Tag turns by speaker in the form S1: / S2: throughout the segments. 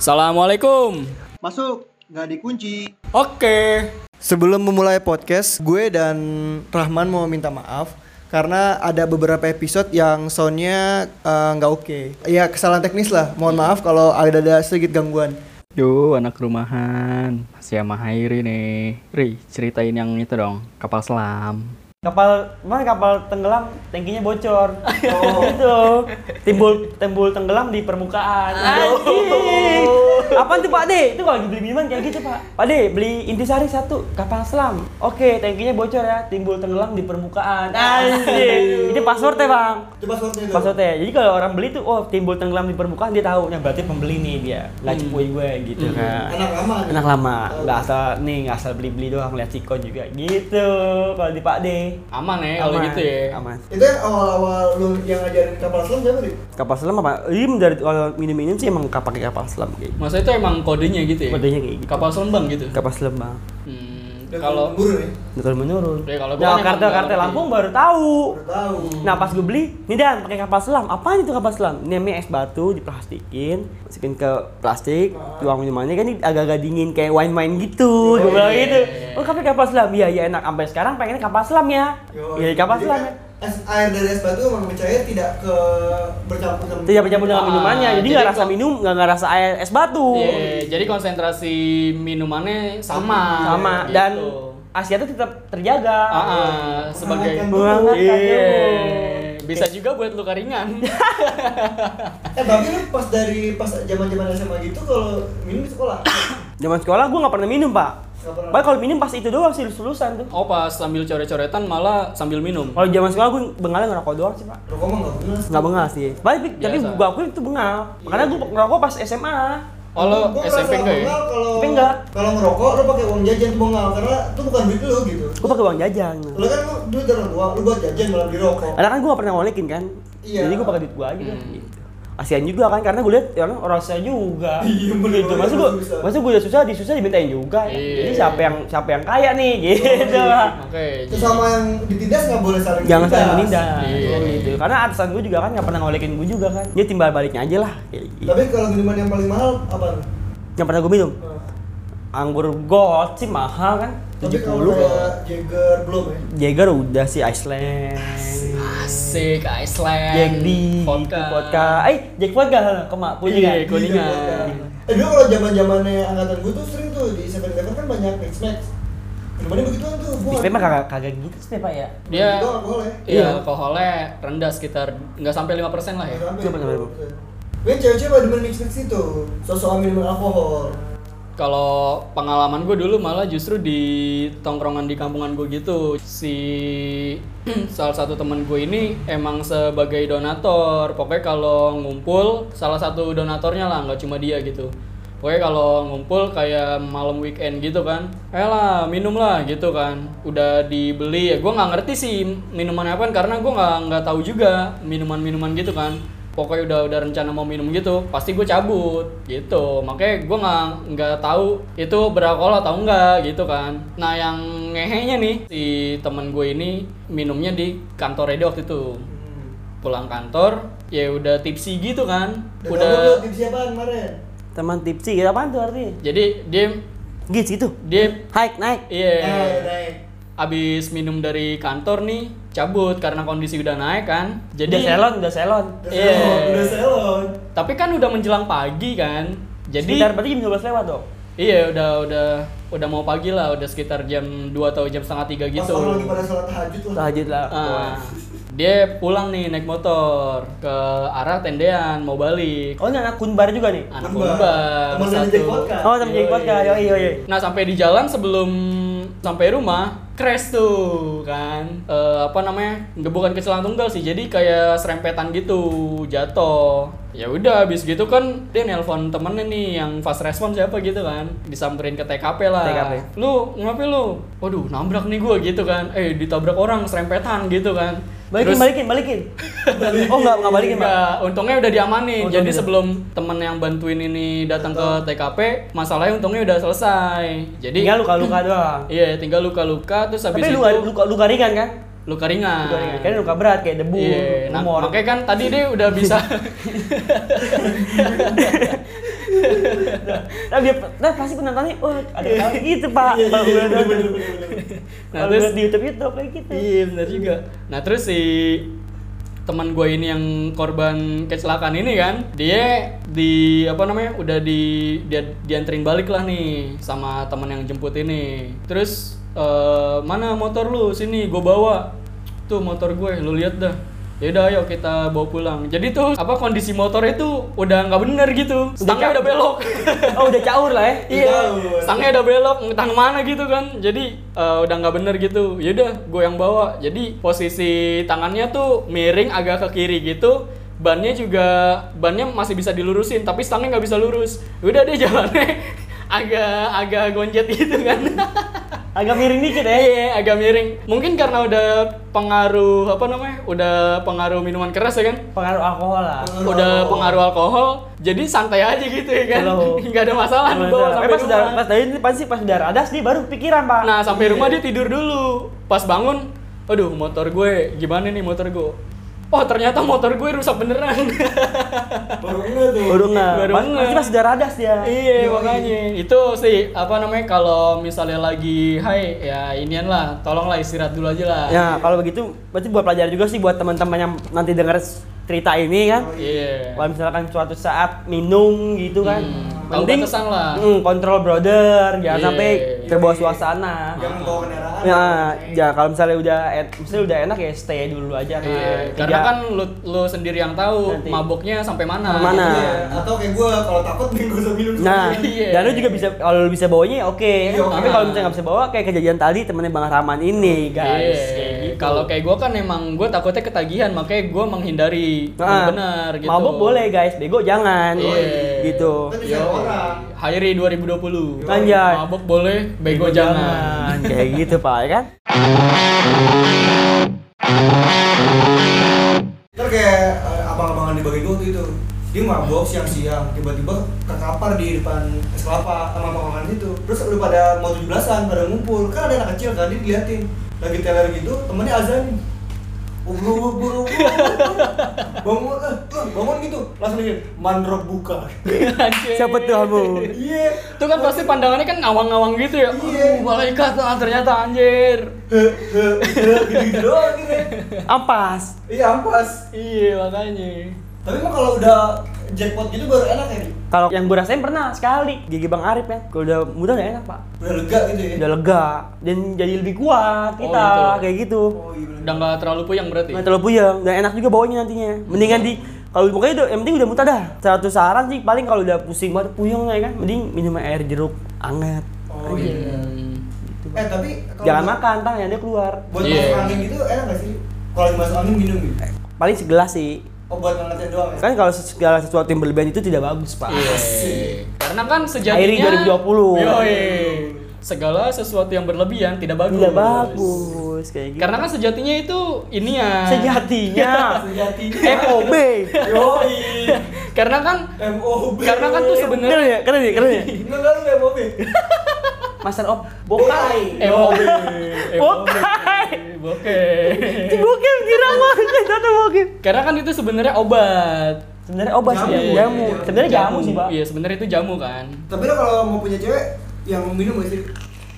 S1: Assalamualaikum.
S2: Masuk, nggak dikunci.
S1: Oke.
S3: Sebelum memulai podcast, gue dan Rahman mau minta maaf karena ada beberapa episode yang soundnya eh, nggak oke. Ya kesalahan teknis lah. Mohon maaf kalau ada ada sedikit gangguan.
S4: Yo, anak rumahan. Masih sama Hairi nih. Ri, ceritain yang itu dong, kapal selam.
S5: kapal mana kapal tenggelam tangkinya bocor itu timbul timbul tenggelam di permukaan anjing apaan tuh pak de itu kalau lagi beli minuman kayak gitu pak pak de beli intisari satu kapal selam oke tangkinya bocor ya timbul tenggelam di permukaan anjing itu passwordnya bang itu passwordnya jadi kalau orang beli tuh oh timbul tenggelam di permukaan dia tahu nah berarti pembeli nih dia nggak cepuin gue gitu kan Enak lama, nggak asal nih nggak asal beli-beli doang lihat sikon juga gitu. Kalau di Pak D.
S1: Aman ya kalau
S5: Aman,
S1: gitu ya.
S5: Aman.
S3: Itu awal-awal lu yang ngajarin kapal selam siapa sih?
S5: Kapal selam apa? Ini dari kalau minum-minum sih emang kapal pakai kapal selam kayak gitu.
S1: Masa itu emang kodenya gitu ya?
S5: Kodenya kayak gitu.
S1: Kapal selembang gitu.
S5: Kapal selam bang.
S1: Hmm, kalau
S3: buru nih,
S5: Betul menurun.
S1: Ya, kalau gua kan emang
S5: Nah, Jakarta,
S1: nggak
S5: Jakarta,
S1: ngerti.
S5: Lampung baru tahu.
S3: tahu.
S5: Nah pas gue beli, nih dan pakai kapal selam. Apaan itu kapal selam? Ini namanya es batu diplastikin, masukin ke plastik, tuang minumannya kan ini agak-agak dingin kayak wine wine gitu. Gue bilang
S1: iya,
S5: gitu. Oh kafe kapal selam, iya iya enak. Sampai sekarang pengennya kapal selam ya. Iya kapal selam ya.
S3: Es air dari es batu emang mencair tidak ke bercampur sama.
S5: Tidak bercampur dengan
S1: Ah,
S5: minumannya, jadi
S1: jadi
S5: nggak rasa
S1: kok-
S5: minum, nggak nggak rasa air es batu.
S1: Iya, jadi konsentrasi minumannya sama.
S5: Sama
S1: Gitu.
S5: dan Asia itu tetap terjaga.
S1: Ah, ah, sebagai
S3: Menghangatkan
S5: tubuh.
S1: Iya.
S5: Menghangatkan
S1: Bisa juga buat luka ringan.
S3: Eh tapi lu pas dari pas zaman-zaman SMA gitu kalau minum di sekolah.
S5: Zaman sekolah gue nggak pernah minum pak.
S3: Nggak pernah.
S5: Pak kalau minum pas itu doang sih lulusan tuh.
S1: oh, pas sambil coret-coretan malah sambil minum.
S5: Kalau zaman sekolah gue bengalnya ngerokok doang sih pak.
S3: Rokok mah nggak bener.
S5: Nggak bengal sih. Tapi tapi
S1: Biasa.
S5: gue akuin itu bengal. Makanya gue ngerokok pas SMA.
S1: Oh, lo
S3: Gua ngerasa
S1: SMP enggak ya?
S3: bengal Kalau
S5: Tapi enggak.
S3: Kalau ngerokok lo pakai uang jajan tuh bengal karena itu bukan duit lo gitu.
S5: Gue pakai uang jajan.
S3: Lo kan lo duit orang tua, lo buat jajan malah beli rokok.
S5: Karena kan gue gak pernah ngolekin kan.
S3: Iya.
S5: Jadi gue pakai duit gue aja.
S1: Hmm.
S5: kan Gitu. Kasihan juga kan karena gue lihat ya orang orang Asia juga.
S3: Iya, bener,
S5: gitu.
S3: bener,
S5: Maksud gue
S3: susah.
S5: maksud gue udah susah disusah dimintain juga.
S1: Iya.
S5: Jadi siapa yang siapa yang kaya nih gitu. Pak.
S1: Oke.
S3: Terus sama yang ditindas nggak boleh saling
S5: Jangan
S3: ditindas.
S5: saling menindas.
S1: Iya.
S5: Kan gitu. Karena atasan gue juga kan gak pernah ngolekin gue juga kan. Dia timbal baliknya aja lah. Kayak gitu.
S3: Tapi kalau minuman yang paling mahal apa?
S5: Yang pernah gue minum anggur gold sih mahal kan.
S3: Tapi
S5: 70
S3: kalau kayak Jager belum ya.
S5: Jager udah sih Iceland.
S1: Asik Iceland.
S5: Jack D,
S1: vodka.
S5: vodka. Eh, Jack vodka
S1: Iya,
S5: kemak punya kan?
S1: kuningan.
S3: Iya, iya. Eh dulu kalau zaman zamannya angkatan gue tuh sering tuh di Seven Eleven kan banyak mix max. Minumannya begituan tuh. gua-
S5: Tapi mah kagak kagak gitu sih Pak ya.
S1: Dia
S3: Itu alkohol ya.
S1: Iya, alkoholnya rendah sekitar nggak sampai 5% lah ya.
S5: Coba, coba, coba.
S3: Gue cewek-cewek pada mix mix itu, sosok minuman alkohol.
S1: Kalau pengalaman gue dulu malah justru di tongkrongan di kampungan gue gitu si salah satu temen gue ini emang sebagai donator pokoknya kalau ngumpul salah satu donatornya lah nggak cuma dia gitu pokoknya kalau ngumpul kayak malam weekend gitu kan eh lah minum lah gitu kan udah dibeli ya gue nggak ngerti sih minuman apa karena gue nggak nggak tahu juga minuman-minuman gitu kan pokoknya udah udah rencana mau minum gitu pasti gue cabut gitu makanya gue nggak nggak tahu itu beralkohol atau enggak gitu kan nah yang ngehenya nih si temen gue ini minumnya di kantor dia waktu itu pulang kantor ya udah tipsi gitu kan
S3: Dan
S1: udah
S3: tim siapa kemarin?
S5: Teman tipsi gitu apaan tuh artinya?
S1: jadi dia
S5: Gits gitu.
S1: dia
S5: Hike naik.
S1: iya
S3: Eh, naik.
S1: abis minum dari kantor nih cabut karena kondisi udah naik kan
S5: Jadi
S1: jadi
S5: selon, udah selon.
S3: Udah
S1: Iya.
S3: selon, udah selon.
S1: tapi kan udah menjelang pagi kan jadi
S5: Sekitar berarti jam 12 lewat dong.
S1: Iya udah udah udah mau pagi lah udah sekitar jam 2 atau jam setengah tiga
S3: Pas
S1: gitu.
S3: orang lagi pada sholat tahajud lah.
S5: Tahajud lah.
S1: Ah, dia pulang nih naik motor ke arah tendean mau balik.
S5: Oh, ini anak kunbar juga nih.
S1: Anak
S3: Unbar.
S1: Unbar,
S3: Temen dari kan?
S1: satu.
S3: Jack Vodka.
S5: Oh, sama Jack vodka. Yo yo yo.
S1: Nah sampai di jalan sebelum sampai rumah crash tuh kan Eh, apa namanya nggak bukan kecelakaan tunggal sih jadi kayak serempetan gitu jatuh ya udah abis gitu kan dia nelpon temennya nih yang fast response siapa gitu kan disamperin ke TKP lah
S5: TKP.
S1: lu ngapain lu waduh nabrak nih gua gitu kan eh ditabrak orang serempetan gitu kan
S5: Balikin,
S1: Terus-
S5: balikin, balikin. Oh, enggak enggak balikin, Pak.
S1: Enggak, untungnya udah diamanin.
S5: Untungnya
S1: Jadi
S5: udah.
S1: sebelum temen yang bantuin ini datang ke TKP, masalahnya untungnya udah selesai. Jadi
S5: Tinggal luka-luka doang.
S1: Iya, tinggal luka-luka terus habis
S5: Tapi
S1: itu
S5: luka, luka luka ringan kan?
S1: luka ringan.
S5: Luka ringan. Kan luka berat kayak debu,
S1: Iya, nah,
S5: tumor.
S1: makanya kan tadi dia udah bisa
S5: Nah, dia, nah pasti penontonnya, wah ada
S1: Iya.
S5: ketawa gitu pak. Kalau gue nonton.
S1: Nah,
S5: Kalau
S1: terus-
S5: gue di YouTube YouTube kayak gitu.
S1: Iya benar juga. Nah terus si teman gue ini yang korban kecelakaan ini kan, dia di apa namanya udah di dia dianterin balik lah nih sama teman yang jemput ini. Terus eh, mana motor lu sini gue bawa. Tuh motor gue, lu lihat dah. Yaudah ayo kita bawa pulang. Jadi tuh apa kondisi motornya tuh udah nggak bener gitu. Stangnya udah belok.
S5: Oh udah caur lah ya.
S1: Iya, stangnya udah belok, ngutang mana gitu kan. Jadi eh, udah nggak bener gitu. Yaudah, gue yang bawa. Jadi posisi tangannya tuh miring agak ke kiri gitu. Bannya juga, bannya masih bisa dilurusin, tapi stangnya nggak bisa lurus. Udah deh jalannya agak agak gonjet gitu kan.
S5: Agak miring dikit ya.
S1: Iya, agak miring. Mungkin karena udah pengaruh apa namanya? Udah pengaruh minuman keras ya kan?
S5: Pengaruh alkohol lah.
S1: Udah pengaruh alkohol, jadi santai aja gitu ya kan?
S5: Loh.
S1: Nggak ada masalah dibawa
S5: Tapi
S1: sampai
S5: Eh, pas udah
S1: rumah.
S5: pas dari ini pasti pas udah radas dia baru pikiran pak.
S1: Nah, sampai rumah
S5: Iya.
S1: dia tidur dulu. Pas bangun, aduh motor gue gimana nih motor gue? Oh, ternyata motor gue rusak beneran.
S5: baru nggak.
S1: Baru
S5: Pas- Pasti
S1: nggak.
S5: pas udah radas dia.
S1: iya, makanya. Itu sih apa namanya kalau misalnya lagi hai ya inian lah, tolonglah istirahat dulu aja lah.
S5: Ya kalau begitu berarti buat pelajaran juga sih buat teman-teman yang nanti dengar cerita ini kan.
S1: Iya.
S5: Kalau misalkan suatu saat minum gitu kan,
S1: Hmm, tahu
S5: penting
S1: batasan lah.
S5: Mm, kontrol brother, jangan
S1: Iya.
S5: sampai terbawa suasana.
S3: Jangan bawa kendaraan.
S5: Ya, ya kalau misalnya udah en- misalnya udah enak ya stay dulu aja kan.
S1: Iya,
S5: Tidak-
S1: karena kan lu, lu sendiri yang tahu
S5: Nanti.
S1: maboknya sampai mana.
S5: Sampai mana.
S3: Iya. Atau kayak gue kalau takut nih gue usah minum.
S5: Nah,
S1: Iya.
S5: dan lu juga bisa kalau lu bisa bawanya ya oke.
S3: Iya,
S5: Tapi
S1: oke.
S5: kalau misalnya nggak bisa bawa kayak kejadian tadi temennya Bang Rahman ini, guys.
S1: Iya.
S5: Kayak gitu.
S1: Kalau kayak gue kan emang gue takutnya ketagihan, makanya gue menghindari.
S5: Nah,
S1: benar gitu.
S5: Mabok boleh, guys. Bego jangan.
S1: Iya.
S5: Kan Gitu.
S3: Kan bisa orang.
S1: Hairi 2020.
S5: Anjay.
S1: Mabok boleh, bego, jangan.
S5: Kayak gitu, Pak, ya kan?
S3: Ntar kayak eh, abang-abangan di bagi waktu itu dia mabok siang-siang tiba-tiba kekapar di depan es kelapa sama tongkrongan itu terus udah pada mau 17-an pada ngumpul kan ada anak kecil kan dia diliatin lagi teler gitu temennya azan Ublu ublu ublu, ublu. bangun eh, eh, bangun gitu langsung dikit mandrok buka
S1: Anjay.
S5: Siapa tuh kamu?
S3: iya
S1: Itu kan pasti pandangannya kan ngawang-ngawang gitu ya.
S3: Iya.
S1: Aduh, malaikat ah, ternyata anjir.
S3: gitu gitu doang gitu ya.
S5: Ampas.
S3: iya ampas
S1: Iya, makanya.
S3: tapi emang kalau udah jackpot gitu baru enak ya Di?
S5: Kalau yang gue rasain pernah sekali gigi Bang Arif ya. Kalau udah muda gak enak, Pak.
S3: udah lega gitu ya
S5: Udah lega dan jadi lebih kuat
S1: Oh,
S5: kita
S1: gitu.
S5: kayak gitu.
S3: oh iya bener.
S1: Udah nggak terlalu puyeng berarti.
S5: Nggak terlalu puyeng dan enak juga bawanya nantinya. Mendingan di kalau pokoknya udah, yang penting udah muntah dah. Satu saran sih paling kalau udah pusing banget puyeng ya kan, mending minum air jeruk anget. gitu.
S3: oh iya Eh tapi kalau
S5: Jangan
S3: buat-
S5: makan, tangannya dia keluar.
S3: Buat
S1: Iya.
S3: masuk angin gitu enak gak sih? Kalau lagi masuk angin minum gitu.
S5: Paling segelas sih.
S3: Oh buat ngangetin doang ya?
S5: Kan kalau segala sesuatu yang berlebihan itu tidak bagus, Pak.
S1: Iya. Karena kan
S5: Hairi
S1: sejatinya
S5: 2020.
S1: Yoi. Segala sesuatu yang berlebihan tidak bagus.
S5: Tidak bagus kayak gitu.
S1: Karena kan sejatinya itu ini
S5: Ah.
S1: ya.
S5: sejatinya Ya.
S3: Sejatinya
S5: FOB.
S3: Yoi
S1: Karena kan
S3: MOB
S1: karena kan tuh sebenarnya
S5: Keren ya, keren ya, keren ya.
S3: Enggak enggak lu MOB
S5: Master of Bokai.
S1: EOB.
S5: Bokai.
S1: Eh, Oke.
S5: Bokai drama tata bokai.
S1: Karena kan itu sebenarnya obat.
S5: Sebenarnya obat sih,
S3: Jamu.
S5: jamu.
S3: Iya.
S5: Sebenarnya jamu sih, Pak.
S1: Iya, sebenarnya itu jamu kan.
S3: Tapi lo kalau mau punya cewek yang minum gak sih?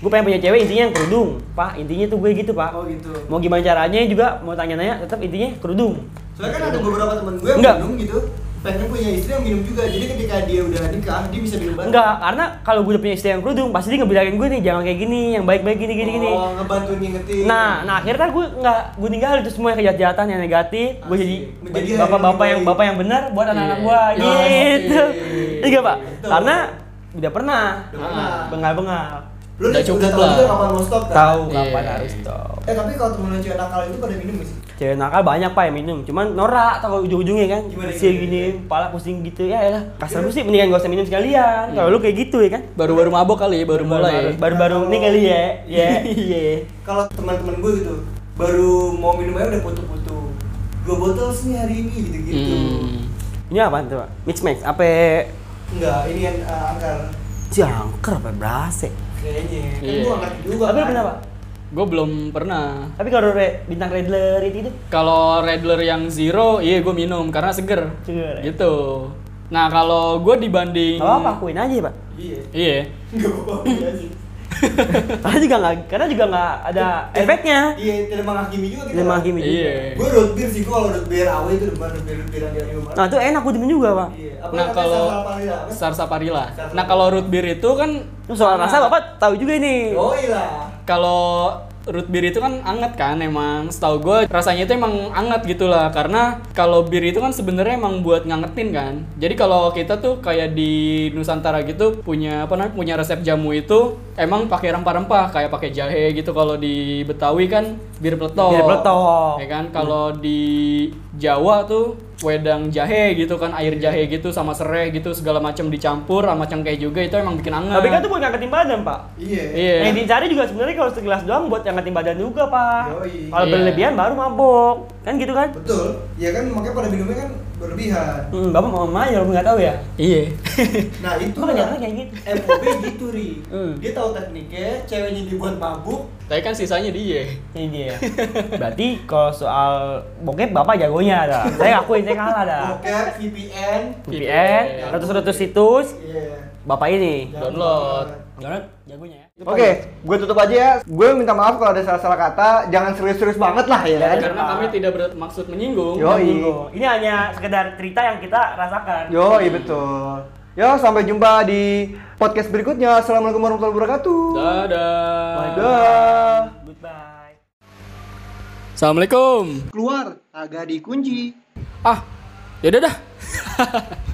S5: Gue pengen punya cewek intinya yang kerudung, Pak. Intinya tuh gue gitu, Pak.
S3: Oh gitu
S5: Mau gimana caranya juga mau tanya-nanya tetap intinya kerudung.
S3: Soalnya kan ada beberapa temen gue yang
S5: Enggak.
S3: minum gitu Pengen punya istri yang minum juga Jadi ketika dia udah nikah dia bisa minum bareng
S5: Enggak, karena kalau gue udah punya istri yang kerudung, pasti dia ngebilangin gue nih jangan kayak gini, yang baik-baik gini gini gini.
S3: Oh ngebantu ngingetin
S5: Nah, nah akhirnya gue nggak gue ninggalin itu semua yang kejahatan yang negatif. Gue jadi
S3: Asik. Menjadi
S5: bapak-bapak
S3: yang
S5: yang
S3: baik.
S5: bapak yang benar buat anak-anak
S1: Iya.
S5: gue
S1: Asik.
S5: gitu. Iya pak,
S3: Betul.
S5: karena udah pernah
S3: Udah pernah.
S5: bengal-bengal.
S3: Lu
S1: Udah
S3: udah,
S1: cukup
S3: udah tau
S1: lah.
S3: juga kapan mau stop kan?
S5: Tahu
S1: Iya.
S5: kapan harus stop.
S3: Eh tapi kalau temen lo cewek nakal itu pada minum gak sih?
S5: Cewek nakal banyak pak yang minum, cuman norak tau kalau ujung-ujungnya kan
S3: Gimana,
S5: Pusing
S3: gimana?
S5: gini, kepala pusing gitu ya elah kasar gue sih mendingan gak usah minum sekalian
S3: Iya.
S5: kalau lu kayak gitu ya kan
S1: Baru-baru mabok kali, ya, baru mulai.
S5: baru-baru
S3: Oh.
S5: ini kali ya ya iya
S3: kalau teman-teman gue gitu baru mau minum air udah foto-foto dua botol sini hari ini gitu gitu
S1: Hmm.
S5: ini apaan tuh pak? mix max apa
S3: enggak ini yang uh, angker
S5: jangker apa berase
S3: kayaknya kan
S1: Iya.
S3: gue angkat juga
S5: tapi lu
S3: kan.
S5: pernah pak?
S1: Gue belum pernah.
S5: Tapi kalau re, bintang redler itu, itu
S1: Kalau Redler yang zero, iya gue minum karena seger.
S5: Seger, ya?
S1: Gitu. Nah kalau gue dibanding
S5: Gak apa-apa, akuin aja pak.
S3: Iya.
S1: Iya.
S3: Gak apa-apa. iya sih.
S5: Karena juga nggak, karena juga nggak ada
S3: Dan-
S5: Nah, efeknya.
S3: Iya, tidak menghakimi juga kita.
S5: Ini mah gini.
S1: Iya.
S3: Gue root beer sih, gue kalau root beer awal itu depan root beer root beer yang dia minum.
S5: Nah itu enak gue demen juga pak.
S3: Iya.
S1: Nah
S3: Apa namanya,
S1: kalau
S3: salah-salah paling apa?
S1: sarsaparilla.
S3: Sarsaparilla.
S1: Nah kalau root beer itu kan
S5: Itu soal rasa bapak tahu juga ini.
S3: Oh iya.
S1: kalau root beer itu kan anget kan emang setahu gue rasanya itu emang anget gitu lah karena kalau bir itu kan sebenarnya emang buat ngangetin kan jadi kalau kita tuh kayak di Nusantara gitu punya apa namanya punya resep jamu itu emang pakai rempah-rempah kayak pakai jahe gitu kalau di Betawi kan bir peletok
S5: Bir peletok.
S1: ya kan kalau di Jawa tuh wedang jahe gitu kan air
S5: Iya.
S1: jahe gitu sama serai gitu segala macam dicampur sama cengkeh juga itu emang bikin anget
S5: Tapi kan itu buat ngangkatin badan pak.
S3: Iya.
S1: nah. Iya.
S5: Yang dicari juga sebenarnya kalau segelas doang buat ngangkatin badan juga pak.
S3: Yoi.
S5: Kalau
S1: Iya.
S5: berlebihan baru mabok, kan gitu kan?
S3: Betul. Ya kan makanya pada minumnya kan berlebihan.
S5: Hmm, bapak mau main, bapak nggak tahu ya.
S1: iya
S3: Nah itu
S5: Bapak
S3: lah.
S5: nyaranya kayak gitu.
S3: MOB gitu ri.
S1: Hmm.
S3: Dia tahu tekniknya, ceweknya dibuat mabuk.
S1: tapi kan sisanya dia
S5: Ini dia. Berarti kalau soal bokep bapak jagonya dah. Saya ngakuin saya kalah dah.
S3: Bokep, VPN.
S1: Gitu. Iya.
S5: VPN, ratus-ratus situs,
S3: Iya.
S5: bapak ini.
S3: Jangan
S1: Download.
S3: lupa.
S5: Jonat jagonya ya.
S6: Oke, gue tutup aja ya. Gue minta maaf kalau ada salah-salah kata. Jangan serius-serius banget lah ya kan.
S1: Karena kami tidak bermaksud menyinggung.
S6: Yo. Yoi.
S5: Ini hanya sekedar cerita yang kita rasakan.
S6: Yo, iya betul. Yo, sampai jumpa di podcast berikutnya. Assalamualaikum warahmatullahi wabarakatuh.
S1: Dadah.
S6: Dadah.
S5: Goodbye.
S1: Assalamualaikum.
S6: Keluar, agak dikunci.
S1: Ah, ya dah.